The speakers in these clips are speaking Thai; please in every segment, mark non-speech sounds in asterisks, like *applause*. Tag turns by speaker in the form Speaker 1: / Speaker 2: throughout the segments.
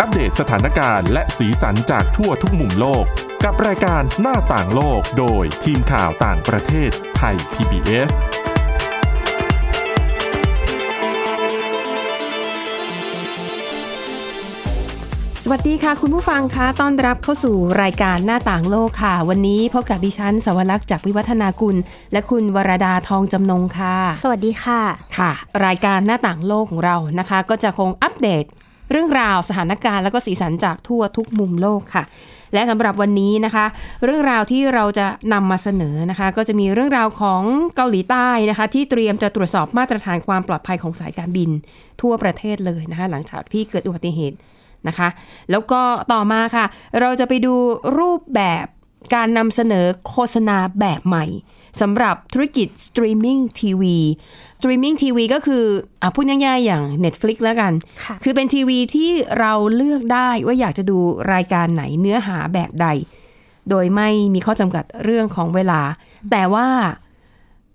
Speaker 1: อัปเดตสถานการณ์และสีสันจากทั่วทุกมุมโลก กับรายการหน้าต่างโลกโดยทีมข่าวต่างประเทศไทย PBS
Speaker 2: สวัสดีค่ะ คุณผู้ฟังคะต้อนรับเข้าสู่รายการหน้าต่างโลกค่ะ วันนี้พบกับดิฉันสวรักษ์จากวิวัฒนาคุณ และคุณวรดาทองจำนงค่ะ
Speaker 3: สวัสดีค่ะ
Speaker 2: ค่ะ รายการหน้าต่างโลกของเรานะคะ ก็จะคงอัปเดต เรื่องราวสถานการณ์แล้วก็สีสันจากทั่วทุกมุมโลกค่ะ และสำหรับวันนี้นะคะ เรื่องราวที่เราจะนำมาเสนอนะคะ ก็จะมีเรื่องราวของเกาหลีใต้นะคะ ที่เตรียมจะตรวจสอบมาตรฐานความปลอดภัยของสายการบินทั่วประเทศเลยนะคะ หลังจากที่เกิดอุบัติเหตุนะคะ แล้วก็ต่อมาค่ะ เราจะไปดูรูปแบบการนำเสนอโฆษณาแบบใหม่สำหรับธุรกิจสตรีมมิ่งทีวีสตรีมมิ่งทีวีก็คืออ่ะพูดง่ายๆอย่าง Netflix แล้วกัน
Speaker 3: ค่ะ
Speaker 2: คือเป็นทีวีที่เราเลือกได้ว่าอยากจะดูรายการไหนเนื้อหาแบบใด โดยไม่มีข้อจำกัดเรื่องของเวลา แต่ว่า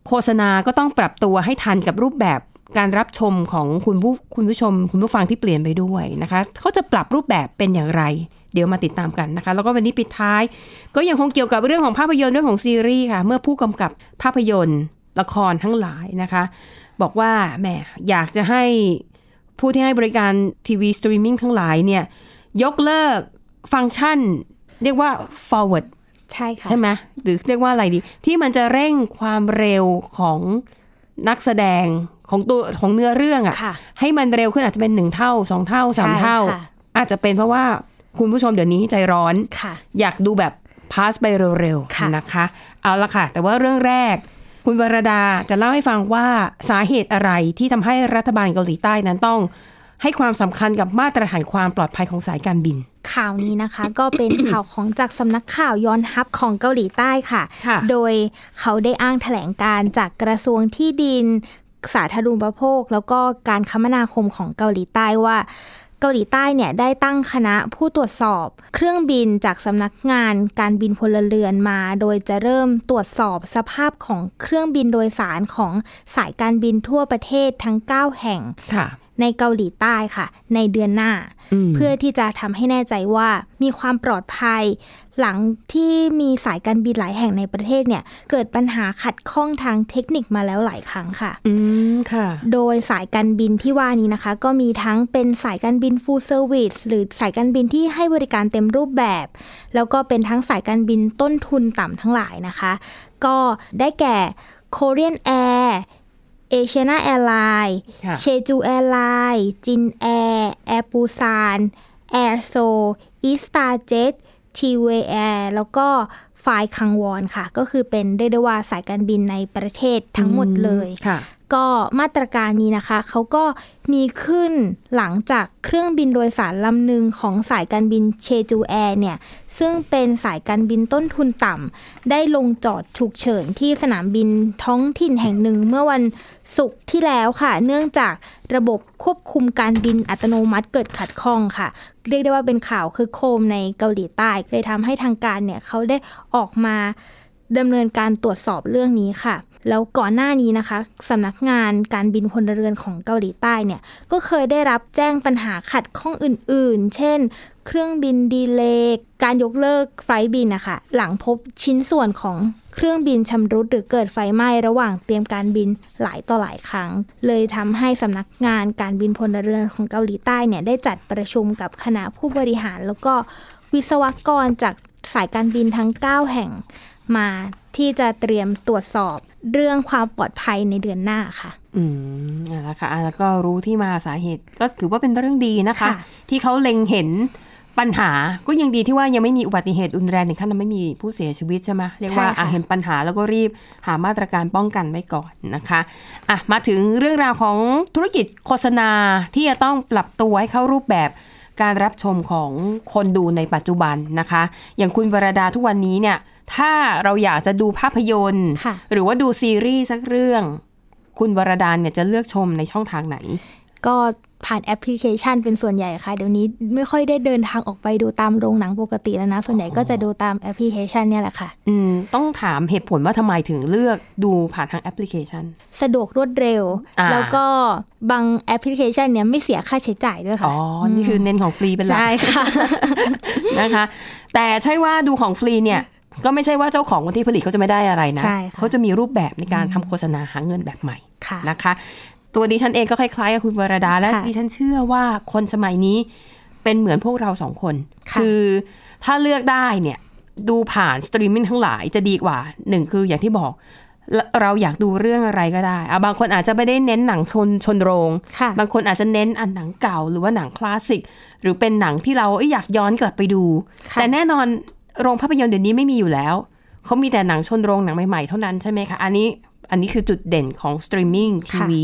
Speaker 2: โฆษณาก็ต้องปรับตัวให้ทันกับรูปแบบการรับชมของคุณผู้คุณผู้ชม คุณผู้ฟังที่เปลี่ยนไปด้วยนะคะเขาจะปรับรูปแบบเป็นอย่างไร เดี๋ยวมาติดตามกันนะคะ แล้วก็วันนี้ปิดท้าย ก็ยังคงเกี่ยวกับเรื่องของภาพยนตร์เรื่องของซีรีส์ค่ะ เมื่อผู้กำกับภาพยนตร์ละครทั้งหลายนะคะ บอกว่าแหมอยากจะให้ ผู้ที่ให้บริการทีวีสตรีมมิ่งทั้งหลายเนี่ยยกเลิกฟังก์ชัน เรียกว่า forward
Speaker 3: ใช่ค่ะ
Speaker 2: ใช่ไหมหรือเรียกว่าอะไรดี ที่มันจะเร่งความเร็วของนักแสดงของตัวของเนื้อเรื่องอะ
Speaker 3: ค่ะ
Speaker 2: ให้มันเร็วขึ้นอาจจะเป็นหนึ่งเท่าสองเท่าสามเท่า
Speaker 3: ใช่ค่ะ
Speaker 2: อาจจะเป็นเพราะว่าคุณผู้ชมเดี๋ยวนี้ใจร้อน
Speaker 3: ค่ะ
Speaker 2: อยากดูแบบพาสไปเร็ว
Speaker 3: ค่ะ
Speaker 2: ๆนะคะ เอาละค่ะ แต่ว่าเรื่องแรก คุณวรดาจะเล่าให้ฟังว่าสาเหตุอะไรที่ทำให้รัฐบาลเกาหลีใต้นั้นต้อง ให้ความสำคัญกับมาตรฐานความปลอดภัยของสายการบิน
Speaker 3: ข่าวนี้นะคะ ก็เป็นข่าวของจากสำนักข่าวยอนฮับของเกาหลีใต้ค่ะ
Speaker 2: ค่ะ
Speaker 3: โดยเขาได้อ้างแถลงการณ์จากกระทรวงที่ดิน สาธารณูปโภค แล้วก็การคมนาคมของเกาหลีใต้ว่า เกาหลีใต้เนี่ยได้ตั้งคณะผู้ตรวจสอบ เครื่องบินจากสำนักงานการบินพลเรือนมา โดยจะเริ่มตรวจสอบสภาพของเครื่องบินโดยสารของสายการบินทั่วประเทศทั้ง 9 แห่ง
Speaker 2: ค่ะ
Speaker 3: ในเกาหลีใต้ค่ะ ในเดือนหน้า เพื่อที่จะทำให้แน่ใจว่ามีความปลอดภัย หลังที่มีสายการบินหลายแห่งในประเทศเนี่ย เกิดปัญหาขัดข้องทางเทคนิคมาแล้วหลายครั้งค่ะ
Speaker 2: อืมค่ะ
Speaker 3: โดยสายการบินที่ว่านี้นะคะ ก็มีทั้งเป็นสายการบิน full service หรือสายการบินที่ให้บริการเต็มรูปแบบ แล้วก็เป็นทั้งสายการบินต้นทุนต่ำทั้งหลายนะคะ ก็ได้แก่ Korean Air Asiana Airline
Speaker 2: ค่ะ
Speaker 3: เชจูแอร์ไลน์จินแอร์แอร์ปูซานแอร์โซอีสตาเจ็ตทีเวแอร์แล้วก็ไฟล์คังวอนค่ะ ก็คือเป็นเรียกได้ว่าสายการบินในประเทศทั้งหมดเลย
Speaker 2: ค่ะ
Speaker 3: ก็มาตรการนี้นะคะเขาก็มีขึ้นหลังจากเครื่องบินโดยสารลำหนึ่งของสายการบินเชจูแอร์เนี่ย ซึ่งเป็นสายการบินต้นทุนต่ำได้ลงจอดฉุกเฉินที่สนามบินท้องถิ่นแห่งหนึ่งเมื่อวันศุกร์ที่แล้วค่ะ เนื่องจากระบบควบคุมการบินอัตโนมัติเกิดขัดข้องค่ะ เรียกได้ว่าเป็นข่าวคือโคมในเกาหลีใต้เลยทำให้ทางการเนี่ยเขาได้ออกมา ดำเนินการตรวจสอบเรื่องนี้ค่ะ แล้วก่อนหน้านี้นะคะสำนักงานการบินพลเรือนของเกาหลีใต้เนี่ย ก็เคยได้รับแจ้งปัญหาขัดข้องอื่นๆ เช่น เครื่องบินดีเลย์การยกเลิกไฟล์บินนะคะ หลังพบชิ้นส่วนของเครื่องบินชำรุดหรือเกิดไฟไหม้ระหว่างเตรียมการบินหลายต่อหลายครั้ง เลยทำให้สำนักงานการบินพลเรือนของเกาหลีใต้เนี่ยได้จัดประชุมกับคณะผู้บริหาร แล้วก็วิศวกรจากสายการบินทั้ง 9 แห่ง มาที่จะเตรียมตรวจสอบเรื่องความปลอดภัยในเดือนหน้าค่ะ
Speaker 2: อืมเอาละค่ะอ่ะแล้วก็รู้ที่มาสาเหตุก็ถือว่าเป็นเรื่องดีนะคะ
Speaker 3: ค่ะ
Speaker 2: ที่เขาเล็งเห็นปัญหาก็ยังดีที่ว่ายังไม่มีอุบัติเหตุรุนแรงถึงขั้นไม่มีผู้เสียชีวิตใช่ไหมเรียกว่า
Speaker 3: ใช่ค่ะ
Speaker 2: อ่ะเห็นปัญหาแล้วก็รีบหามาตรการป้องกันไว้ก่อนนะคะอ่ะมาถึงเรื่องราวของธุรกิจโฆษณาที่จะต้องปรับตัวให้เข้ารูปแบบ การรับชมของคนดูในปัจจุบันนะคะ อย่างคุณวรดาทุกวันนี้เนี่ย ถ้าเราอยากจะดูภาพยนตร์
Speaker 3: ค่ะ
Speaker 2: หรือว่าดูซีรีส์สักเรื่อง คุณวรดาเนี่ยจะเลือกชมในช่องทางไหน
Speaker 3: ก็ ผ่านแอปพลิเคชันเป็นส่วนใหญ่ค่ะ เดี๋ยวนี้ไม่ค่อยได้เดินทางออกไปดูตามโรงหนังปกติแล้วนะ ส่วนใหญ่ก็จะดูตามแอปพลิเคชันเนี่ยแหละค่ะ
Speaker 2: อืมต้องถามเหตุผลว่าทำไมถึงเลือกดูผ่านทางแอปพลิเคชัน
Speaker 3: สะดวกรวดเร็ว
Speaker 2: อ่า
Speaker 3: แล้วก็บางแอปพลิเคชันเนี่ยไม่เสียค่าใช้จ่ายด้วยค่ะ
Speaker 2: อ๋อ นี่คือเน้นของฟรีเป็นหลัก
Speaker 3: ใช่ค่ะ
Speaker 2: *laughs* นะคะ แต่ใช่ว่าดูของฟรีเนี่ย ก็ไม่ใช่ว่าเจ้าของคนที่ผลิตเขาจะไม่ได้อะไรนะ
Speaker 3: ใช่ค่ะ
Speaker 2: เขาจะมีรูปแบบในการทำโฆษณาหาเงินแบบใหม่
Speaker 3: ค่ะ
Speaker 2: นะคะ ตัวดิฉันเองก็คล้ายๆกับคุณวรดาและ
Speaker 3: ค่ะ
Speaker 2: ดิฉันเชื่อว่าคนสมัยนี้เป็นเหมือนพวกเราสองคน
Speaker 3: ค่ะ
Speaker 2: อถ้าเลือกได้เนี่ยดูผ่านสตรีมมิ่งทั้งหลายจะดีกว่าหนึ่งคืออย่างที่บอกเราอยากดูเรื่องอะไรก็ได้อ่ะบางคนอาจจะไม่ได้เน้นหนังชนชนโรง
Speaker 3: ค่ะ
Speaker 2: บางคนอาจจะเน้นอันหนังเก่าหรือว่าหนังคลาสสิก หรือเป็นหนังที่เราเอ้ยอยากย้อนกลับไปดู
Speaker 3: ค่ะ
Speaker 2: แต่แน่นอนโรงภาพยนตร์เดี๋ยวนี้ไม่มีอยู่แล้วเขามีแต่หนังชนโรงหนังใหม่ๆเท่านั้นใช่ไหมคะ อันนี้อันนี้คือจุดเด่นของสตรีมมิ่งทีวี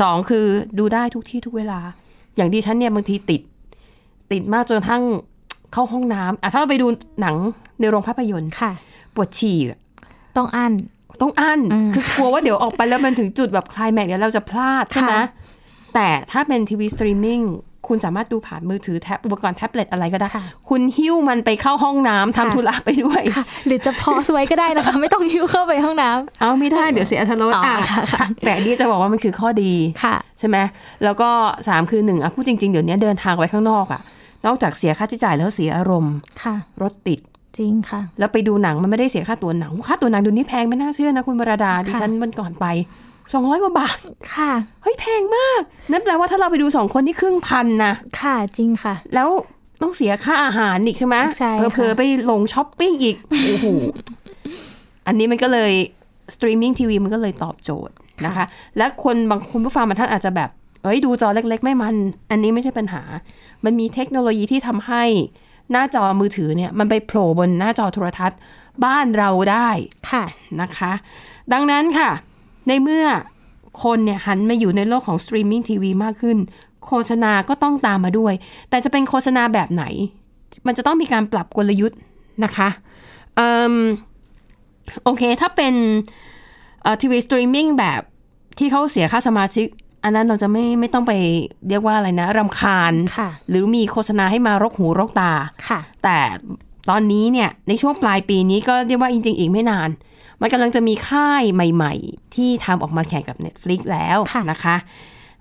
Speaker 2: สองคือดูได้ทุกที่ทุกเวลา อย่างดิฉันเนี่ยบางทีติด ติดมากจนกระทั่งเข้าห้องน้ำอ่ะถ้าเราไปดูหนังในโรงภาพยนตร์
Speaker 3: ค่ะ
Speaker 2: ปวดฉี่อะ
Speaker 3: ต้องอั้น
Speaker 2: ต้องอั้น
Speaker 3: อืม
Speaker 2: คือกลัวว่าเดี๋ยวออกไปแล้วมันถึงจุดแบบคลายแม็กซ์เดี๋ยวเราจะพลาดใช่ไหม
Speaker 3: ค่ะ
Speaker 2: แต่ถ้าเป็นทีวีสตรีมมิ่งคุณสามารถดูผ่านมือถือแท็บอุปกรณ์แท็บเล็ตอะไรก็ได้
Speaker 3: ค่ะ
Speaker 2: คุณหิ้วมันไปเข้าห้องน้ำทำ
Speaker 3: ค่ะ
Speaker 2: ธุระไปด้วย
Speaker 3: ค่ะ หรือจะพอสไว้ก็ได้นะคะ ไม่ต้อง *laughs* ยิ้วเข้าไปห้องน้
Speaker 2: เอาไม่ได้เดี๋ยวเสียอรรถรส
Speaker 3: อ๋ออ่
Speaker 2: อ่ะ
Speaker 3: ค่ะค่ะ
Speaker 2: แต่ดีจะบอกว่ามันคือข้อดี
Speaker 3: ำค่ะ
Speaker 2: ใช่ไหมแล้วก็สามคือหนึ่งอ่ะพูดจริง ๆ เดี๋ยวนี้เดินทางไว้ข้างนอกอ่ะ นอกจากเสียค่าใช้จ่ายแล้วเสียอารมณ์
Speaker 3: ค่ะ
Speaker 2: รถติด
Speaker 3: จริงค่ะ
Speaker 2: แล้วไปดูหนังมันไม่ได้เสียค่าตัวหนังค่าตัวหนังเดี๋ยวนี้แพงไม่น่าเชื่อนะคุณบรดาดิฉันวันก่อนไปสองร้อยกว่าบาท
Speaker 3: ค่ะ
Speaker 2: เฮ้ยแพงมาก นั่นแปลว่าถ้าเราไปดูสองคนนี่ครึ่งพันนะ
Speaker 3: ค่ะ จริงค่ะ
Speaker 2: แล้วต้องเสียค่าอาหารอีกใช่ไหม
Speaker 3: ใช่ค่ะ
Speaker 2: เพอๆไปลงช้อปปิ้งอีก โอ้โห อันนี้มันก็เลยสตรีมมิ่งทีวีมันก็เลยตอบโจทย์นะคะ และคนบางคุณผู้ฟังบางท่านอาจจะแบบ เอ้ยดูจอเล็ก ๆ ไม่มัน อันนี้ไม่ใช่ปัญหา มันมีเทคโนโลยีที่ทำให้หน้าจอมือถือเนี่ย มันไปโผล่บนหน้าจอโทรทัศน์บ้านเราได้
Speaker 3: ค่ะ
Speaker 2: นะคะ ดังนั้นค่ะ ในเมื่อคนเนี่ยหันมาอยู่ในโลกของสตรีมมิ่งทีวีมากขึ้น โฆษณาก็ต้องตามมาด้วย แต่จะเป็นโฆษณาแบบไหน มันจะต้องมีการปรับกลยุทธ์นะคะเอมโอเค ถ้าเป็นทีวีสตรีมมิ่งแบบที่เขาเสียค่าสมาชิก อันนั้นเราจะไม่ไม่ต้องไปเรียกว่าอะไรนะรำคาญ
Speaker 3: ค่ะ
Speaker 2: หรือมีโฆษณาให้มารกหูรกตา
Speaker 3: ค่ะ
Speaker 2: แต่ตอนนี้เนี่ยในช่วงปลายปีนี้ก็เรียกว่าจริง ๆ อีกไม่นาน มันกำลังจะมีค่ายใหม่ ๆ ที่ทำออกมาแข่งกับ Netflix แล้ว
Speaker 3: ค่ะ
Speaker 2: นะคะ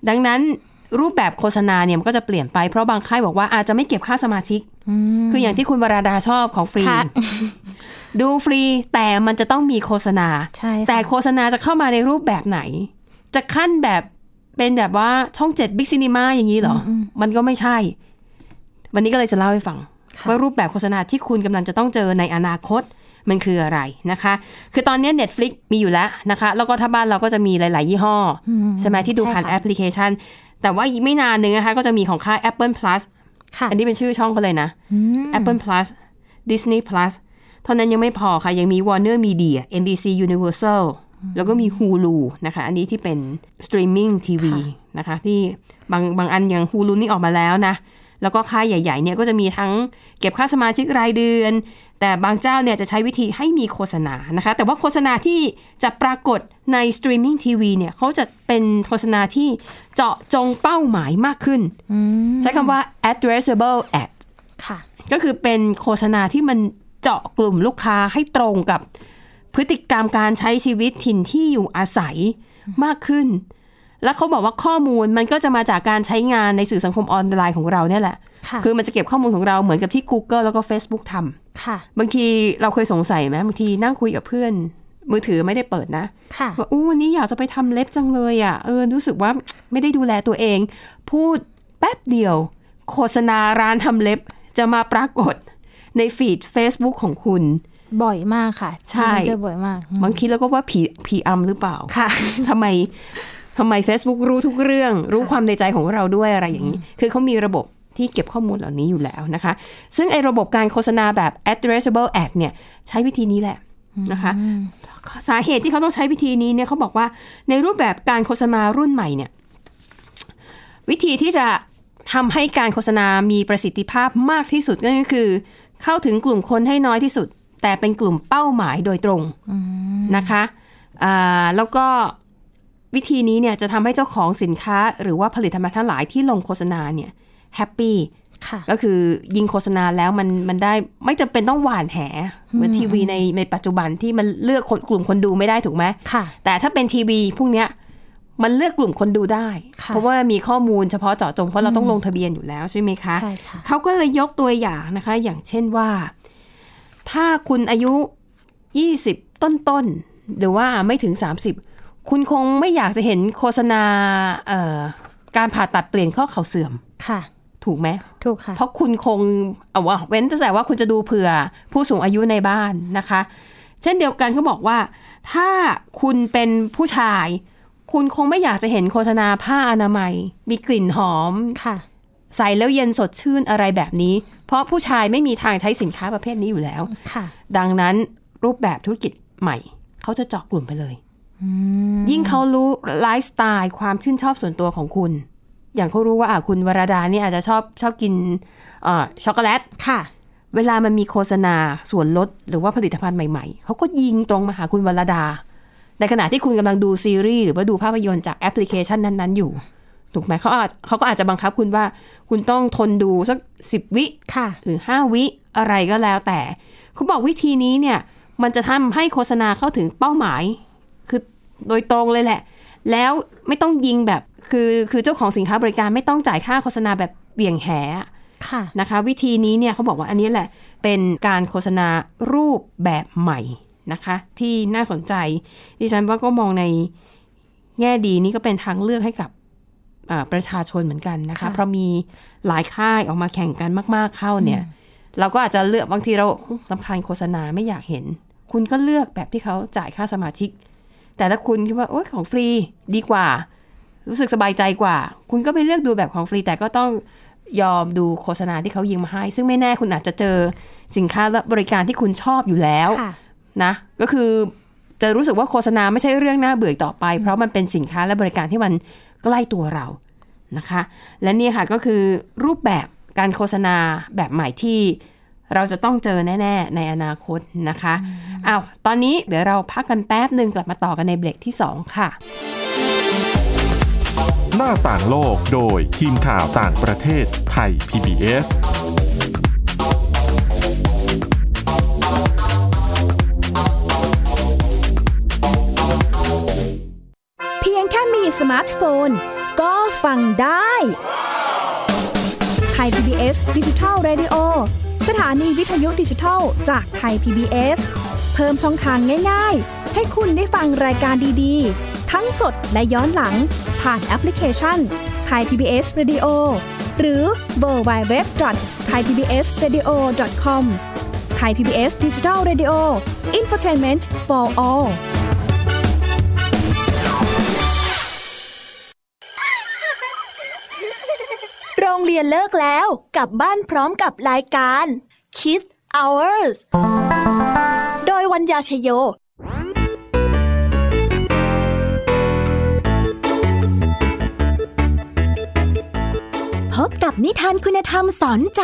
Speaker 2: ดังนั้นรูปแบบโฆษณาเนี่ยมันก็จะเปลี่ยนไปเพราะบางค่ายบอกว่าอาจจะไม่เก็บค่าสมาชิก
Speaker 3: อืม
Speaker 2: คืออย่างที่คุณวราดาชอบของฟรี
Speaker 3: ค่ะ
Speaker 2: ดูฟรีแต่มันจะต้องมีโฆษณา
Speaker 3: ใช่ค่ะ
Speaker 2: แต่โฆษณาจะเข้ามาในรูปแบบไหน จะขั้นแบบเป็นแบบว่าช่องเจ็ดบิ๊กซีนีมาอย่างนี้เหรออมันก็ไม่ใช่ วันนี้ก็เลยจะเล่าให้ฟัง ว่ารูปแบบโฆษณาที่คุณกำลังจะต้องเจอในอนาคตมันคืออะไรนะคะ คือตอนนี้ Netflix มีอยู่แล้วนะคะ แล้วก็ถ้าบ้านเราก็จะมีหลาย ๆ ยี่ห้ออใช่ไหมที่ดูผ่าน
Speaker 3: ใช่ค่ะ
Speaker 2: แอปพลิเคชัน แต่ว่าอีกไม่นานนึงนะคะก็จะมีของค่าย Apple Plus
Speaker 3: ค่ะ
Speaker 2: อันนี้เป็นชื่อช่องเขาเลยนะ Apple Plus Disney Plus เท่านั้นยังไม่พอค่ะ ยังมี Warner Media NBC Universal แล้วก็มี Hulu นะคะ อันนี้ที่เป็น Streaming TV นะคะ ที่บางบางอันอย่าง Hulu นี่ออกมาแล้วนะ แล้วก็ค่ายใหญ่ ๆ เนี่ยก็จะมีทั้งเก็บค่าสมาชิกรายเดือน แต่บางเจ้าเนี่ยจะใช้วิธีให้มีโฆษณานะคะ แต่ว่าโฆษณาที่จะปรากฏใน Streaming TV เนี่ยเขาจะเป็นโฆษณาที่เจาะจงเป้าหมายมากขึ้น ใช้คำว่า addressable ad
Speaker 3: ค่ะ
Speaker 2: ก็คือเป็นโฆษณาที่มันเจาะกลุ่มลูกค้าให้ตรงกับพฤติกรรมการใช้ชีวิตถิ่นที่อยู่อาศัยมากขึ้น แล้วเขาบอกว่าข้อมูลมันก็จะมาจากการใช้งานในสื่อสังคมออนไลน์ของเราเนี่ยแหละ
Speaker 3: ค่ะ
Speaker 2: คือมันจะเก็บข้อมูลของเราเหมือนกับที่ Google แล้วก็ Facebook ทำ
Speaker 3: ค่ะ
Speaker 2: บางทีเราเคยสงสัยไหมบางทีนั่งคุยกับเพื่อน มือถือไม่ได้เปิดนะ
Speaker 3: ค่ะ
Speaker 2: ว่าอู้วันนี้อยากจะไปทำเล็บจังเลยอ่ะเออรู้สึกว่าไม่ได้ดูแลตัวเอง พูดแป๊บเดียว โฆษณาร้านทำเล็บจะมาปรากฏในฟีด Facebook ของคุณ
Speaker 3: บ่อยมากค่ะ
Speaker 2: ใช่
Speaker 3: เจอบ่อยมากอืม
Speaker 2: บางทีเราก็ว่าผีผีอำหรือเปล่า
Speaker 3: ค่ะ
Speaker 2: *laughs* ทำไมทำไม Facebook รู้ทุกเรื่อง รู้ความในใจของเราด้วยอะไรอย่างนี้ คือเขามีระบบที่เก็บข้อมูลเหล่านี้อยู่แล้วนะคะ ซึ่งไอ้ระบบการโฆษณาแบบ addressable ad เนี่ยใช้วิธีนี้แหละนะคะสาเหตุที่เขาต้องใช้วิธีนี้เนี่ยเขาบอกว่าในรูปแบบการโฆษณารุ่นใหม่เนี่ยวิธีที่จะทำให้การโฆษณามีประสิทธิภาพมากที่สุดก็คือ เข้าถึงกลุ่มคนให้น้อยที่สุด แต่เป็นกลุ่มเป้าหมายโดยตรงนะคะอ่าแล้วก็ วิธีนี้เนี่ยจะทำให้เจ้าของสินค้า หรือว่าผลิตภัณฑ์ทั้งหลายที่ลงโฆษณาเนี่ยแฮปปี้
Speaker 3: ค่ะ
Speaker 2: ก็คือยิงโฆษณาแล้วมันมันได้ไม่จำเป็นต้องหวานแหเหมือนทีวีในในปัจจุบันที่มันเลือกคนกลุ่มคนดูไม่ได้ถูกไหม
Speaker 3: ค่ะ
Speaker 2: แต่ถ้าเป็นทีวีพวกเนี้ยมันเลือกกลุ่มคนดูได้
Speaker 3: ค่ะ
Speaker 2: เพราะว่ามีข้อมูลเฉพาะเจาะจงเพราะเราต้องลงทะเบียนอยู่แล้วใช่ไหมคะ
Speaker 3: ใช่ค่ะ
Speaker 2: เขาก็เลยยกตัวอย่างนะคะ อย่างเช่นว่า ถ้าคุณอายุ 20 ต้นต้นๆหรือว่าไม่ถึง 30 คุณคงไม่อยากจะเห็นโฆษณาเอ่อการผ่าตัดเปลี่ยนข้อเข่าเสื่อม
Speaker 3: ค่ะ
Speaker 2: ถูกไหม
Speaker 3: ถูกค่ะ
Speaker 2: เพราะคุณคงเอาว่าเว้นแต่ว่าคุณจะดูเผื่อผู้สูงอายุในบ้านนะคะ เช่นเดียวกันเขาบอกว่า ถ้าคุณเป็นผู้ชาย คุณคงไม่อยากจะเห็นโฆษณาผ้าอนามัย มีกลิ่นหอม
Speaker 3: ค่ะ
Speaker 2: ใส่แล้วเย็นสดชื่นอะไรแบบนี้ เพราะผู้ชายไม่มีทางใช้สินค้าประเภทนี้อยู่แล้ว
Speaker 3: ค่ะ
Speaker 2: ดังนั้นรูปแบบธุรกิจใหม่ เขาจะเจาะกลุ่มไปเลย ยิ่งเขารู้ไลฟ์สไตล์ความชื่นชอบส่วนตัวของคุณ อย่างเขารู้ว่าอ่ะคุณวราดาเนี่ยอาจจะชอบชอบกินเอ่อช็อกโกแลต
Speaker 3: ค่ะ
Speaker 2: เวลามันมีโฆษณาส่วนลดหรือว่าผลิตภัณฑ์ใหม่ๆ เขาก็ยิงตรงมาหาคุณวรดา ในขณะที่คุณกำลังดูซีรีส์หรือว่าดูภาพยนตร์จากแอปพลิเคชันนั้นๆ อยู่ ถูกไหมเขาอาจเขาก็อาจจะบังคับคุณว่า คุณต้องทนดูสักสิบวิ
Speaker 3: ค่ะ
Speaker 2: หรือ 5 วิอะไรก็แล้วแต่เขาบอกวิธีนี้เนี่ย มันจะทำให้โฆษณาเข้าถึงเป้าหมาย คือโดยตรงเลยแหละ แล้วไม่ต้องยิงแบบคือคือเจ้าของสินค้าบริการไม่ต้องจ่ายค่าโฆษณาแบบเบี่ยงแห
Speaker 3: ค่ะ
Speaker 2: นะคะวิธีนี้เนี่ยเขาบอกว่าอันนี้แหละเป็นการโฆษณารูปแบบใหม่นะคะ ที่น่าสนใจ ดิฉันว่าก็มองในแง่ดีนี่ก็เป็นทางเลือกให้กับอ่าประชาชนเหมือนกันนะคะ
Speaker 3: ค่ะ
Speaker 2: เพราะมีหลายค่ายออกมาแข่งกันมาก ๆเข้าเนี่ย เราก็อาจจะเลือกบางทีเราลำคาญโฆษณาไม่อยากเห็น คุณก็เลือกแบบที่เขาจ่ายค่าสมาชิก แต่ถ้าคุณคิดว่าโอ๊ยของฟรีดีกว่า รู้สึกสบายใจกว่า คุณก็ไปเลือกดูแบบของฟรีแต่ก็ต้องยอมดูโฆษณาที่เขายิงมาให้ ซึ่งไม่แน่คุณอาจจะเจอสินค้าและบริการที่คุณชอบอยู่แล้ว
Speaker 3: ค่ะ
Speaker 2: นะก็คือจะรู้สึกว่าโฆษณาไม่ใช่เรื่องน่าเบื่ออีกต่อไป เพราะมันเป็นสินค้าและบริการที่มันใกล้ตัวเรานะคะ และนี่ค่ะก็คือรูปแบบการโฆษณาแบบใหม่ที่เราจะต้องเจอแน่ ๆ ในอนาคตนะคะอ้าวตอนนี้เดี๋ยวเราพักกันแป๊บหนึ่งกลับมาต่อกันในเบรกที่สองค่ะ
Speaker 1: หน้าต่างโลกโดยทีมข่าวต่างประเทศไทย PBS
Speaker 4: เพียงแค่มีสมาร์ทโฟน ก็ฟังได้ไทย PBS ดิจิทัล Radio สถานีวิทยุดิจิทัลจากไทย PBS เพิ่มช่องทางง่ายๆ ให้คุณได้ฟังรายการดีๆ ทั้งสดและย้อนหลัง ผ่านแอปพลิเคชันไทย PBS Radio หรือเวอร์ไบเว็บไทยพีบีเอสเรดิโอคอมไทยพีบีเอสดิจิทัลเรดิโออินฟอร์ทนเมนต์ for all
Speaker 5: โรงเรียนเลิกแล้วกลับบ้านพร้อมกับรายการ Kids Hours โดยวัญญาชยโย
Speaker 6: พบกับนิทานคุณธรรมสอนใจ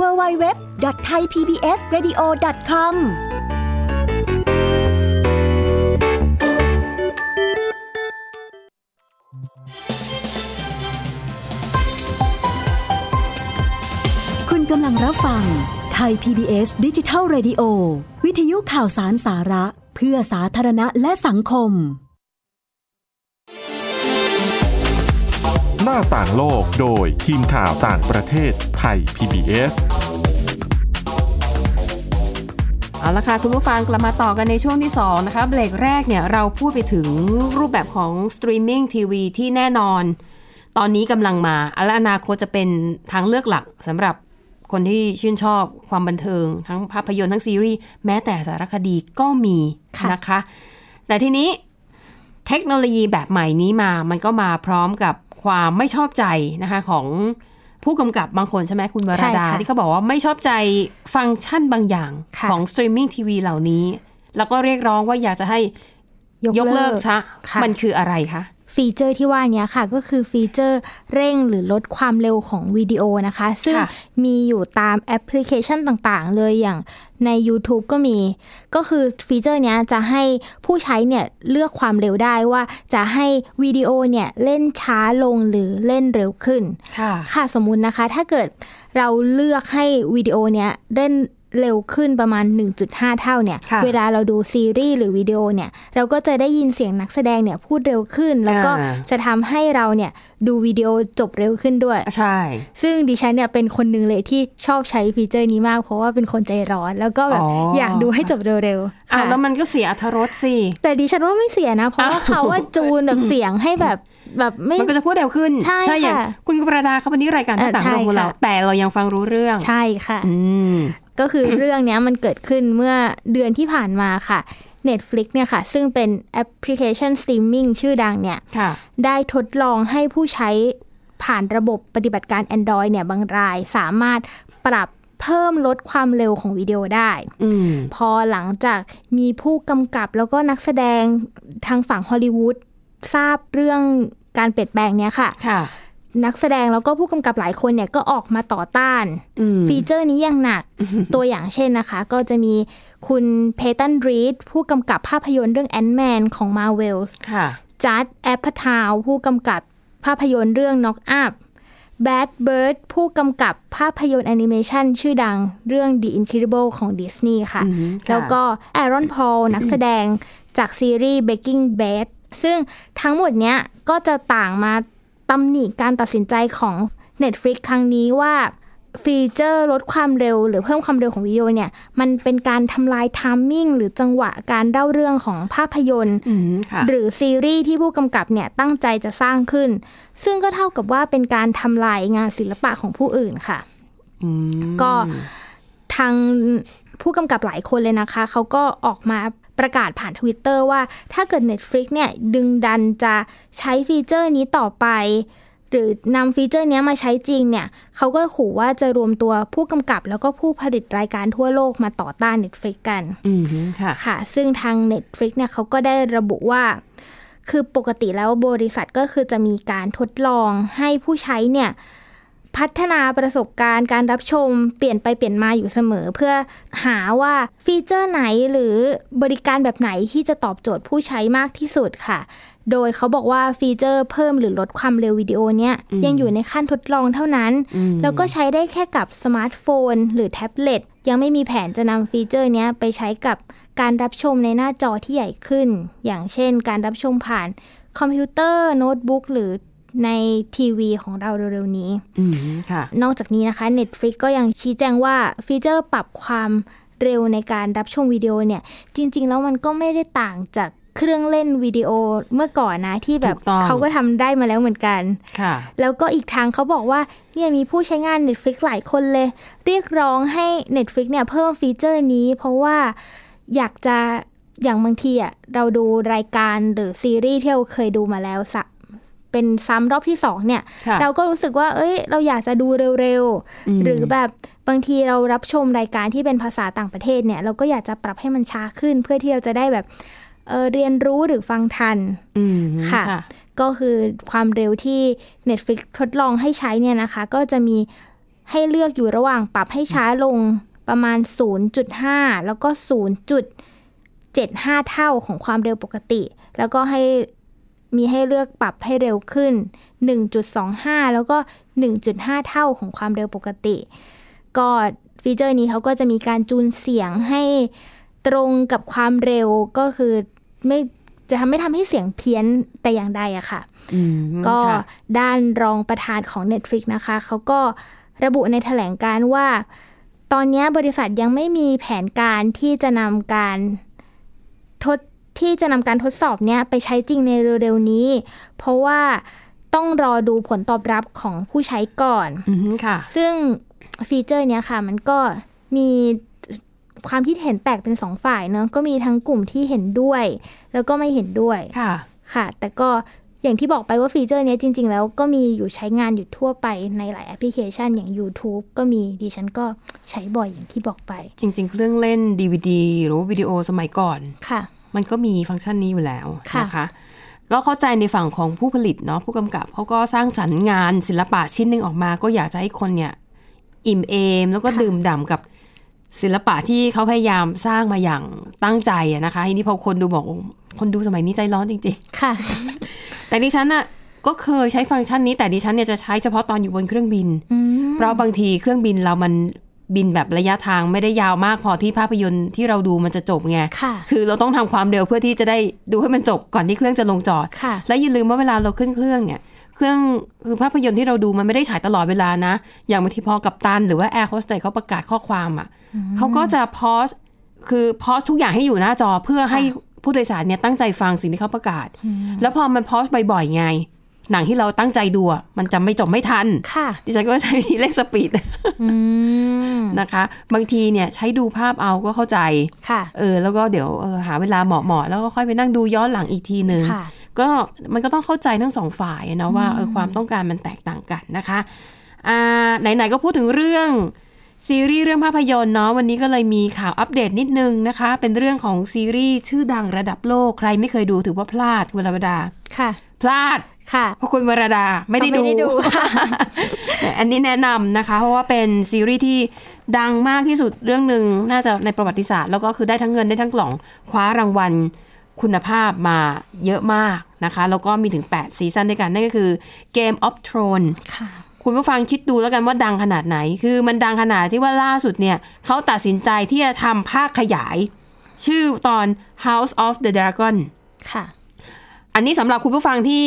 Speaker 6: www.thaipbsradio.com คุณกำลังรับฟังไทย PBS ดิจิทัล Radio วิทยุข่าวสารสาระ เพื่อสาธารณะและสังคม
Speaker 1: หน้าต่างโลกโดยทีมข่าวต่างประเทศไทย PBS
Speaker 2: เอาละค่ะ คุณผู้ฟังกลับมาต่อกันในช่วงที่ 2 นะคะ เบรกแรกเนี่ย เราพูดไปถึงรูปแบบของสตรีมมิ่งทีวีที่แน่นอน ตอนนี้กำลังมาและอนาคตจะเป็นทางเลือกหลักสำหรับคนที่ชื่นชอบความบันเทิง ทั้งภาพยนตร์ทั้งซีรีส์ แม้แต่สารคดีก็มี
Speaker 3: ค่ะ
Speaker 2: นะคะ แต่ทีนี้เทคโนโลยีแบบใหม่นี้มา มันก็มาพร้อมกับ ความไม่ชอบใจนะคะของผู้กำกับบางคนใช่ไหมคุณวราดา
Speaker 3: ใช่ค่ะ
Speaker 2: ที่เขาบอกว่าไม่ชอบใจฟังก์ชันบางอย่าง
Speaker 3: ค่ะ
Speaker 2: ของสตรีมมิ่งทีวีเหล่านี้ แล้วก็เรียกร้องว่าอยากจะให้ยกเลิกซะ
Speaker 3: ค่ะ
Speaker 2: มันคืออะไรคะ
Speaker 3: ฟีเจอร์ที่ว่าเนี้ยค่ะก็คือฟีเจอร์เร่งหรือลดความเร็วของวิดีโอนะคะ ซึ่ง
Speaker 2: ค่ะ
Speaker 3: มีอยู่ตามแอปพลิเคชันต่างๆ เลยอย่างใน YouTube ก็มี ก็คือฟีเจอร์เนี้ยจะให้ผู้ใช้เนี่ยเลือกความเร็วได้ว่าจะให้วิดีโอเนี่ยเล่นช้าลงหรือเล่นเร็วขึ้น
Speaker 2: ค่ะ
Speaker 3: ค่ะสมมุตินะคะถ้าเกิดเราเลือกให้วิดีโอเนี้ยเล่นเร็วขึ้นประมาณ 1.5 เท่าเนี่ย
Speaker 2: ค่ะ
Speaker 3: เวลาเราดูซีรีส์หรือวิดีโอเนี่ยเราก็จะได้ยินเสียงนักแสดงเนี่ยพูดเร็วขึ้น แล้วก็
Speaker 2: อ่า
Speaker 3: จะทำให้เราเนี่ยดูวิดีโอจบเร็วขึ้นด้วย
Speaker 2: ใช่
Speaker 3: ซึ่งดิฉันเนี่ยเป็นคนหนึ่งเลยที่ชอบใช้ฟีเจอร์นี้มากเพราะว่าเป็นคนใจร้อน แล้วก็แบบ
Speaker 2: อ๋อ
Speaker 3: อ
Speaker 2: อ
Speaker 3: ยากดูให้จบเร็วๆ
Speaker 2: เอา
Speaker 3: ค่ะ
Speaker 2: แล้วมันก็เสียอรรถรสสิ
Speaker 3: แต่ดิฉันว่าไม่เสียนะ เพราะว่า
Speaker 2: อ้าว
Speaker 3: เขาว่าจูนแบบเสียงให้แบบแบบไม่
Speaker 2: มันก็จะพูดเร็วขึ้น
Speaker 3: ใช่ค่ะ
Speaker 2: อย่างคุณกประดาเขาวันนี้รายการหน้าต่าง
Speaker 3: เออใช่
Speaker 2: โลกของเรา
Speaker 3: ค่ะ
Speaker 2: แต่เรายังฟังรู้เรื่อง
Speaker 3: ใช่ค่ะ
Speaker 2: อืม
Speaker 3: ก็คือ เรื่องเนี้ยมันเกิดขึ้นเมื่อเดือนที่ผ่านมาค่ะ Netflix เนี่ยค่ะ ซึ่งเป็นแอปพลิเคชันสตรีมมิ่งชื่อดังเนี่ย
Speaker 2: ค่ะ
Speaker 3: ได้ทดลองให้ผู้ใช้ผ่านระบบปฏิบัติการ Android เนี่ยบางรายสามารถปรับเพิ่มลดความเร็วของวิดีโอได้
Speaker 2: อืม
Speaker 3: พอหลังจากมีผู้กำกับแล้วก็นักแสดงทางฝั่งฮอลลีวูดทราบเรื่องการเปลี่ยนแปลงเนี่ยค่ะ
Speaker 2: ค่ะ
Speaker 3: นักแสดงแล้วก็ผู้กำกับหลายคนเนี่ยก็ออกมาต่อต้าน
Speaker 2: อืม
Speaker 3: ฟีเจอร์นี้ยัง
Speaker 2: *laughs*
Speaker 3: หนัก ตัวอย่างเช่นนะคะ ก็จะมีคุณเพตันรีดผู้กำกับภาพยนตร์เรื่องแอนด์แมนของมาเวลส์
Speaker 2: ค่ะ
Speaker 3: จัดแอปพทาวผู้กำกับภาพยนตร์เรื่องน็อกอัพแบดเบิร์ดผู้กำกับภาพยนตร์แอนิเมชันชื่อดังเรื่อง The Incredible ของดิสนีย์ค่ะ
Speaker 2: อืมค่ะ
Speaker 3: แล้วก็แอรอนพอล นักแสดงจากซีรีส์ Breaking Bad ซึ่งทั้งหมดเนี้ยก็จะต่างมาตำหนิการตัดสินใจของ Netflix ครั้งนี้ว่าฟีเจอร์ลดความเร็วหรือเพิ่มความเร็วของวิดีโอเนี่ย มันเป็นการทำลายไทามมิ่งหรือจังหวะการเล่าเรื่องของภาพยนตร์
Speaker 2: อืม ค่ะ
Speaker 3: หรือซีรีส์ที่ผู้กำกับเนี่ยตั้งใจจะสร้างขึ้น ซึ่งก็เท่ากับว่าเป็นการทำลายงานศิลปะของผู้อื่นค่ะ
Speaker 2: อืม
Speaker 3: ก็ทางผู้กำกับหลายคนเลยนะคะ เขาก็ออกมาประกาศผ่าน Twitter ว่าถ้าเกิด Netflix เนี่ยดึงดันจะใช้ฟีเจอร์นี้ต่อไป หรือนำฟีเจอร์เนี้ยมาใช้จริงเนี่ยเขาก็ขู่ว่าจะรวมตัวผู้กำกับแล้วก็ผู้ผลิตรายการทั่วโลกมาต่อต้าน Netflix กัน
Speaker 2: อืม ค่ะ
Speaker 3: ค่ะ ซึ่งทาง Netflix เนี่ยเขาก็ได้ระบุว่า คือปกติแล้วบริษัทก็คือจะมีการทดลองให้ผู้ใช้เนี่ย พัฒนาประสบการณ์การรับชมเปลี่ยนไปเปลี่ยนมาอยู่เสมอ เพื่อหาว่าฟีเจอร์ไหนหรือบริการแบบไหนที่จะตอบโจทย์ผู้ใช้มากที่สุดค่ะ โดยเขาบอกว่าฟีเจอร์เพิ่มหรือลดความเร็ววิดีโอเนี่ยยังอยู่ในขั้นทดลองเท่านั้น แล้วก็ใช้ได้แค่กับสมาร์ทโฟน หรือแท็บเล็ตยังไม่มีแผนจะนำฟีเจอร์เนี้ยไปใช้กับการรับชมในหน้าจอที่ใหญ่ขึ้น อย่างเช่น การรับชมผ่านคอมพิวเตอร์โน้ตบุ๊กหรือในทีวีของเราเร็วๆนี้
Speaker 2: อืม ค่ะ
Speaker 3: นอกจากนี้นะคะ Netflix ก็ยังชี้แจงว่าฟีเจอร์ปรับความเร็วในการรับชมวิดีโอเนี่ย จริง ๆ แล้วมันก็ไม่ได้ต่างจากเครื่องเล่นวิดีโอเมื่อก่อนนะที่แบบ
Speaker 2: ถูกต้อง
Speaker 3: เขาก็ทำได้มาแล้วเหมือนกัน
Speaker 2: ค่ะ
Speaker 3: แล้วก็อีกทางเขาบอกว่าเนี่ยมีผู้ใช้งาน Netflix หลายคนเลย เรียกร้องให้ Netflix เนี่ยเพิ่มฟีเจอร์นี้ เพราะว่าอยากจะอย่างบางทีอ่ะเราดูรายการหรือซีรีส์ที่เราเคยดูมาแล้วสะเป็นซ้ำรอบที่สองเนี่ย
Speaker 2: ค่ะ
Speaker 3: เราก็รู้สึกว่า เอ้ย เราอยากจะดูเร็วๆ หรือแบบบางทีเรารับชมรายการที่เป็นภาษาต่างประเทศเนี่ย เราก็อยากจะปรับให้มันช้าขึ้น เพื่อที่เราจะได้แบบเอ่อเรียนรู้หรือฟังทัน
Speaker 2: อืม
Speaker 3: ค่ะ ก็คือความเร็วที่ Netflix ทดลองให้ใช้เนี่ยนะคะ ก็จะมีให้เลือกอยู่ระหว่างปรับให้ช้าลงประมาณ 0.5 แล้วก็ 0.75 เท่าของความเร็วปกติ แล้วก็ให้มีให้เลือกปรับให้เร็วขึ้น 1.25 แล้วก็ 1.5 เท่าของความเร็วปกติ ก็ฟีเจอร์นี้เขาก็จะมีการจูนเสียงให้ตรงกับความเร็วก็คือไม่ จะทำไม่ทำให้เสียงเพี้ยนแต่อย่างใดอะค่ะ
Speaker 2: อืม
Speaker 3: ก็
Speaker 2: ค่ะ
Speaker 3: ด้านรองประธานของ Netflix นะคะ เขาก็ระบุในแถลงการณ์ว่า ตอนนี้บริษัทยังไม่มีแผนการที่จะนำการทดที่จะนำการทดสอบเนี้ยไปใช้จริงในเร็วๆนี้ เพราะว่าต้องรอดูผลตอบรับของผู้ใช้ก่อน
Speaker 2: อืม ค่ะ
Speaker 3: ซึ่งฟีเจอร์เนี้ยค่ะ มันก็มีความคิดเห็นแตกเป็นสองฝ่ายเนอะก็มีทั้งกลุ่มที่เห็นด้วย แล้วก็ไม่เห็นด้วย
Speaker 2: ค่ะ
Speaker 3: ค่ะ แต่ก็ อย่างที่บอกไปว่าฟีเจอร์เนี้ยจริง ๆ แล้วก็มีอยู่ใช้งานอยู่ทั่วไปในหลายแอปพลิเคชันอย่าง YouTube ก็มีดิฉันก็ใช้บ่อยอย่างที่บอกไป
Speaker 2: จริง ๆ เครื่องเล่น DVD หรือว่าวิดีโอสมัยก่อน
Speaker 3: ค่ะ
Speaker 2: มันก็มีฟังก์ชันนี้อยู่แล้ว
Speaker 3: ค่ะ
Speaker 2: นะคะก็เข้าใจในฝั่งของผู้ผลิตเนาะผู้กำกับเขาก็สร้างสรรค์งานศิลปะชิ้นหนึ่งออกมา ก็อยากจะให้คนเนี่ยอิ่มเอม แล้วก็ดื่มด่ำกับศิลปะที่เขาพยายามสร้างมาอย่างตั้งใจอะนะคะทีนี้พอคนดูบอกโอ้คนดูสมัยนี้ใจร้อนจริง
Speaker 3: ค่ะ
Speaker 2: ๆ แต่ดิฉันน่ะก็เคยใช้ฟังก์ชันนี้แต่ดิฉันเนี่ยจะใช้เฉพาะตอนอยู่บนเครื่องบิน เพราะบางทีเครื่องบินเรามันบินแบบระยะทางไม่ได้ยาวมากพอที่ภาพยนตร์ที่เราดูมันจะจบไง
Speaker 3: ค่ะ
Speaker 2: คือเราต้องทำความเร็วเพื่อที่จะได้ดูให้มันจบก่อนที่เครื่องจะลงจอด
Speaker 3: ค่ะ
Speaker 2: และอย่าลืมว่าเวลาเราขึ้นเครื่องเนี่ย เครื่องคือภาพยนตร์ที่เราดูมันไม่ได้ฉายตลอดเวลานะ อย่างบางทีพอกับตัน หรือว่าแอร์โฮสเตสเขาประกาศข้อความอ่ะเขาก็จะพอสคือพอสทุกอย่างให้อยู่หน้าจอเพื่อให้ผู้โดยสารเนี่ยตั้งใจฟังสิ่งที่เขาประกาศ แล้วพอมันพอสบ่อยๆไง หนังที่เราตั้งใจดูอะมันจะไม่จบไม่ทัน
Speaker 3: ค่ะ
Speaker 2: ดิฉันก็ใช้วิธีเร่งสปีด
Speaker 3: อืม
Speaker 2: นะคะ บางทีเนี่ยใช้ดูภาพเอาก็เข้าใจ
Speaker 3: ค่ะ
Speaker 2: เออแล้วก็เดี๋ยวเออหาเวลาเหมาะๆแล้วก็ค่อยไปนั่งดูย้อนหลังอีกทีหนึ่ง
Speaker 3: ค่ะ
Speaker 2: ก็มันก็ต้องเข้าใจทั้งสองฝ่ายอะนะว่าเออความต้องการมันแตกต่างกันนะคะอ่าไหนๆก็พูดถึงเรื่องซีรีส์เรื่องภาพยนตร์เนาะวันนี้ก็เลยมีข่าวอัปเดตนิดนึงนะคะ เป็นเรื่องของซีรีส์ชื่อดังระดับโลกใครไม่เคยดูถือว่าพลาดคุณวรดา
Speaker 3: ค่ะ
Speaker 2: พลาด
Speaker 3: ค่ะ
Speaker 2: เพราะคุณวรดาไม่ได้
Speaker 3: ไม่ได้ดูค่ะ
Speaker 2: *laughs* อันนี้แนะนำนะคะ เพราะว่าเป็นซีรีส์ที่ดังมากที่สุดเรื่องหนึ่งน่าจะในประวัติศาสตร์ แล้วก็คือได้ทั้งเงินได้ทั้งกล่องคว้ารางวัลคุณภาพมาเยอะมากนะคะ แล้วก็มีถึง 8 ซีซั่นด้วยกัน นั่นก็คือ Game of Thrones
Speaker 3: ค่ะ
Speaker 2: คุณผู้ฟังคิดดูแล้วกันว่าดังขนาดไหน คือมันดังขนาดที่ว่าล่าสุดเนี่ยเขาตัดสินใจที่จะทำภาคขยาย ชื่อตอน House of the Dragon
Speaker 3: ค่ะ
Speaker 2: อันนี้สำหรับคุณผู้ฟังที่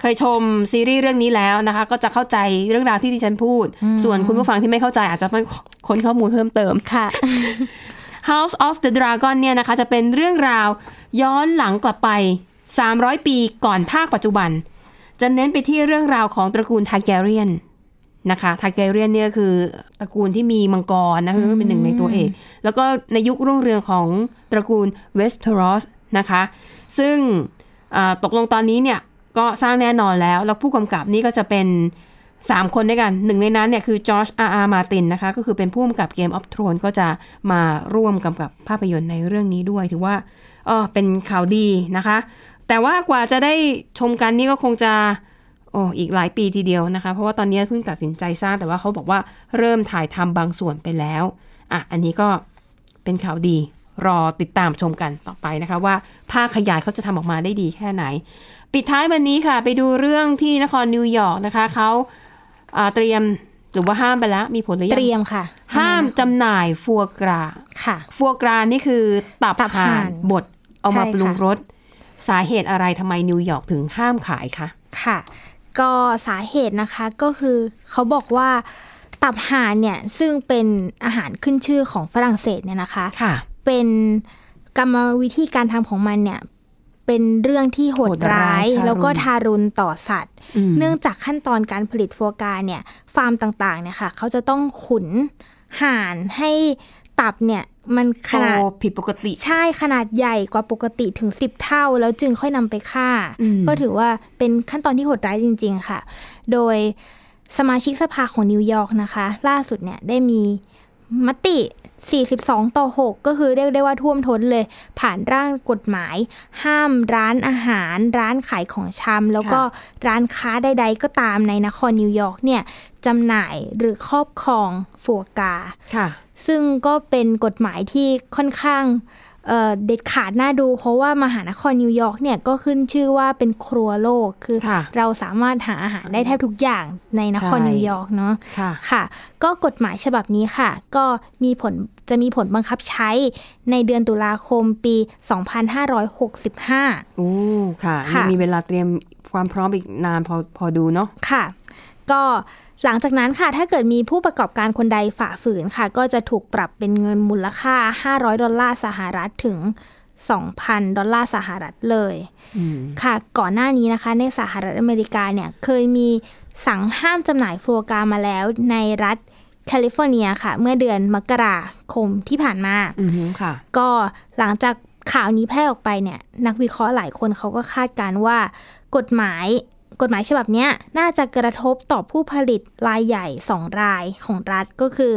Speaker 2: เคยชมซีรีส์เรื่องนี้แล้วนะคะ ก็จะเข้าใจเรื่องราวที่ดิฉันพูด ส่วนคุณผู้ฟังที่ไม่เข้าใจอาจจะไปค้นข้อมูลเพิ่มเติม
Speaker 3: ค่ะ
Speaker 2: *laughs* House of the Dragon เนี่ยนะคะจะเป็นเรื่องราวย้อนหลังกลับไป 300 ปีก่อนภาคปัจจุบัน จะเน้นไปที่เรื่องราวของตระกูลทา r g กเรียนนะคะทา r g กเรียนเนี่ยคือตระกูลที่มีมังกรนะคะเป็นหนึ่งในตัวเอก แล้วก็ในยุครุ่งเรืองของตระกูลเวสเทอรอสนะคะ ซึ่งเอ่อตกลงตอนนี้เนี่ยก็สร้างแน่นอนแล้ว แล้วผู้กำกับนี่ก็จะเป็น สามคนด้วยกันหนึ่งในนั้นเนี่ยคือจอร์จอาร์อาร์มาตินนะคะ ก็คือเป็นผู้กำกับเกมออฟทรอนก็จะมาร่วมกำกับภาพยนตร์ในเรื่องนี้ด้วย ถือว่าเออเป็นข่าวดีนะคะ แต่ว่ากว่าจะได้ชมกันนี่ก็คงจะ โอ้อีกหลายปีทีเดียวนะคะ เพราะว่าตอนนี้เพิ่งตัดสินใจสร้างแต่ว่าเขาบอกว่าเริ่มถ่ายทำบางส่วนไปแล้วอ่ะอันนี้ก็เป็นข่าวดีรอติดตามชมกันต่อไปนะคะ ว่าภาคขยายเขาจะทำออกมาได้ดีแค่ไหน ปิดท้ายวันนี้ค่ะ ไปดูเรื่องที่นครนิวยอร์กนะคะเขา อ่าเตรียมหรือว่าห้ามไปแล้วมีผลหรือยัง
Speaker 3: เตรียมค่ะ
Speaker 2: ห้ามจำหน่ายฟัวกรา
Speaker 3: ค่ะ
Speaker 2: ฟัวกรานี่คือตับ
Speaker 3: ตับห่า
Speaker 2: ห่านนบดเอามา
Speaker 3: ใช่
Speaker 2: ปรุง
Speaker 3: ค่ะ
Speaker 2: รสสาเหตุอะไรทำไมนิวยอร์กถึงห้ามขายคะ
Speaker 3: ค่ะ ก็สาเหตุนะคะก็คือเขาบอกว่าตับห่านเนี่ย ซึ่งเป็นอาหารขึ้นชื่อของฝรั่งเศสเนี่ยนะคะ
Speaker 2: ค่ะ
Speaker 3: เป็นกรรมวิธีการทำของมันเนี่ย เป็นเรื่องที่โหด
Speaker 2: โหดร้าย
Speaker 3: ร้าย
Speaker 2: ทารุณ
Speaker 3: แล้วก็ทารุณต่อสัตว์
Speaker 2: อืม
Speaker 3: เนื่องจากขั้นตอนการผลิตฟัวกราเนี่ย ฟาร์มต่างๆเนี่ยค่ะเขาจะต้องขุนห่านให้ตับเนี่ย มันขนาด
Speaker 2: โตผิดปกติ
Speaker 3: ใช่ขนาดใหญ่กว่าปกติถึง 10 เท่า แล้วจึงค่อยนำไปฆ่า
Speaker 2: อืม
Speaker 3: ก็ถือว่าเป็นขั้นตอนที่โหดร้ายจริง ๆ ค่ะ โดยสมาชิกสภาของนิวยอร์กนะคะ ล่าสุดเนี่ยได้มีมติ 42 ต่อ 6 ก็คือเรียกได้ว่าท่วมท้นเลย ผ่านร่างกฎหมาย ห้ามร้านอาหาร ร้านขายของชำแล้วก็ร้านค้าใด ๆ ก็ตามในนครนิวยอร์กเนี่ยจำหน่ายหรือครอบครองฟัวกา
Speaker 2: ค่ะ
Speaker 3: ซึ่งก็เป็นกฎหมายที่ค่อนข้างเอ่อเด็ดขาดน่าดู เพราะว่ามหานครนิวยอร์กเนี่ยก็ขึ้นชื่อว่าเป็นครัวโลกคือ
Speaker 2: ค่ะ
Speaker 3: เราสามารถหาอาหารได้แทบทุกอย่างในนคร
Speaker 2: ใช่
Speaker 3: นิวยอร์กเนาะ
Speaker 2: ค่ะ
Speaker 3: ค่ะ ก็กฎหมายฉบับนี้ค่ะ ก็มีผลจะมีผลบังคับใช้ในเดือนตุลาคมปี 2565
Speaker 2: โอ้ค่ะ
Speaker 3: ค่ะ
Speaker 2: นี่มีเวลาเตรียมความพร้อมอีกนานพอพอดูเนาะ
Speaker 3: ค่ะก็หลังจากนั้นค่ะ ถ้าเกิดมีผู้ประกอบการคนใดฝ่าฝืนค่ะ ก็จะถูกปรับเป็นเงินมูลค่า 500 ดอลลาร์สหรัฐถึง 2,000 ดอลลาร์สหรัฐเลยค่ะ ก่อนหน้านี้นะคะ ในสหรัฐอเมริกาเนี่ยเคยมีสั่งห้ามจำหน่ายฟลูออกรามาแล้วในรัฐแคลิฟอร์เนียค่ะ เมื่อเดือนมกราคมที่ผ่านมา
Speaker 2: อืมค่ะ
Speaker 3: ก็หลังจากข่าวนี้แพร่ออกไปเนี่ย นักวิเคราะห์หลายคนเขาก็คาดการณ์ว่า กฎหมายกฎหมายฉบับเนี้ยน่าจะกระทบต่อผู้ผลิตรายใหญ่ 2 รายของรัฐก็คือ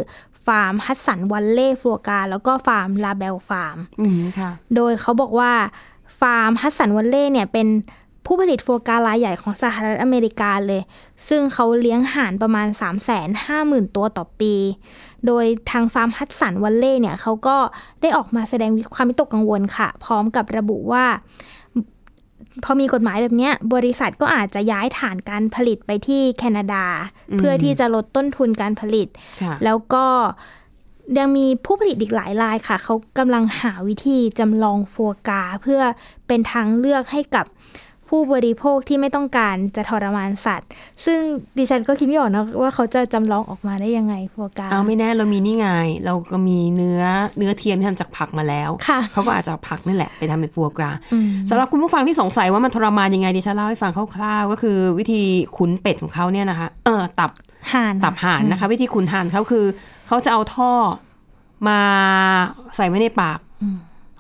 Speaker 3: ฟาร์มฮัสสันวันเล่ฟลัวกา แล้วก็ฟาร์มลาเบลฟาร์ม
Speaker 2: อืมค่ะ
Speaker 3: โดยเขาบอกว่า ฟาร์มฮัสสันวันเล่เนี่ยเป็นผู้ผลิตโฟการายใหญ่ของสหรัฐอเมริกาเลย ซึ่งเขาเลี้ยงห่านประมาณ 350,000 ตัวต่อปี โดยทางฟาร์มฮัตสันวันเล่เนี่ยเขาก็ได้ออกมาแสดงความวิตกกังวลค่ะ พร้อมกับระบุว่า พอมีกฎหมายแบบเนี้ยบริษัทก็อาจจะย้ายฐานการผลิตไปที่แคนาดา เพื่อที่จะลดต้นทุนการผลิต
Speaker 2: ค่ะ
Speaker 3: แล้วก็ยังมีผู้ผลิตอีกหลายรายค่ะ เขากำลังหาวิธีจำลองฟัวกราเพื่อเป็นทางเลือกให้กับผู้บริโภคที่ไม่ต้องการจะทรมานสัตว์ ซึ่งดิฉันก็คิดไม่ออกนะว่าเขาจะจำลองออกมาได้ยังไงฟัวกรา
Speaker 2: เอาไม่แน่เรามีนี่ไง เราก็มีเนื้อเนื้อเทียมที่ทำจากผักมาแล้ว
Speaker 3: ค่ะ
Speaker 2: เขาก็อาจจะเอาผักนี่แหละไปทำเป็นฟัวกรา
Speaker 3: อืม
Speaker 2: สำหรับคุณผู้ฟังที่สงสัยว่ามันทรมานยังไงดิฉันเล่าให้ฟังคร่าวๆก็คือวิธีขุนเป็ดของเขาเนี่ยนะคะ เออตับ
Speaker 3: ห่าน
Speaker 2: ตับห่านนะคะ วิธีขุนห่านเขาคือ เขาจะเอาท่อมาใส่ไว้ในปาก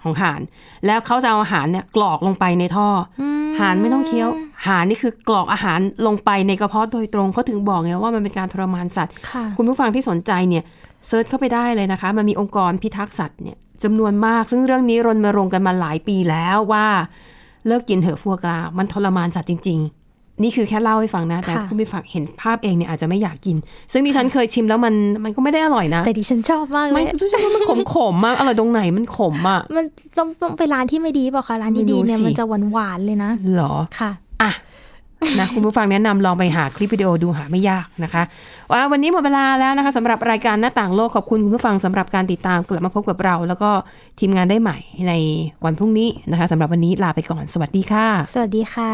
Speaker 2: ของห่าน แล้วเขาจะเอาอาหารเนี่ยกรอกลงไปในท่ออห่านไม่ต้องเคี้ยวห่านนี่คือกรอกอาหารลงไปในกระเพาะโดยตรงเขาถึงบอกไงว่ามันเป็นการทรมานสัตว์
Speaker 3: ค่ะ
Speaker 2: คุณผู้ฟังที่สนใจเนี่ยเซิร์ชเข้าไปได้เลยนะคะ มันมีองค์กรพิทักษ์สัตว์เนี่ยจำนวนมาก ซึ่งเรื่องนี้รณรงค์กันมาหลายปีแล้วว่าเลิกกินเถอะฟัวกรามันทรมานสัตว์จริง ๆ นี่คือแค่เล่าให้ฟังนะ แต่
Speaker 3: ค่ะ
Speaker 2: คุณผู้ฟังเห็นภาพเองเนี่ยอาจจะไม่อยากกิน ซึ่งดิฉันเคยชิมแล้วมันมันก็ไม่ได้อร่อยนะ
Speaker 3: แต่ดิฉันชอบมากเล
Speaker 2: ไม่
Speaker 3: ย
Speaker 2: รู้สึกว่ามันขมขมๆอะอร่อยตรงไหนมันขมอะ
Speaker 3: *laughs* มันต้องต้องไปร้านที่ไม่ดีเปล่าคะร้านที่ดีเนี่ย
Speaker 2: ไม่รู้สิ
Speaker 3: มันจะหวานหวานๆเลยนะ
Speaker 2: เหรอ
Speaker 3: ค่ะ
Speaker 2: อ่ะนะคุณผู้ฟังแนะนำลองไปหาคลิปวิดีโอดูหาไม่ยากนะคะว่าวันนี้หมดเวลาแล้วนะคะสำหรับรายการหน้าต่างโลกขอบคุณคุณผู้ฟังสำหรับการติดตามกลับมาพบกับเรา แล้วก็ทีมงานได้ใหม่ในวันพรุ่งนี้นะคะสำหรับวันนี้ลาไปก่อน สวัสดีค่ะ
Speaker 3: สวัสดีค่ะ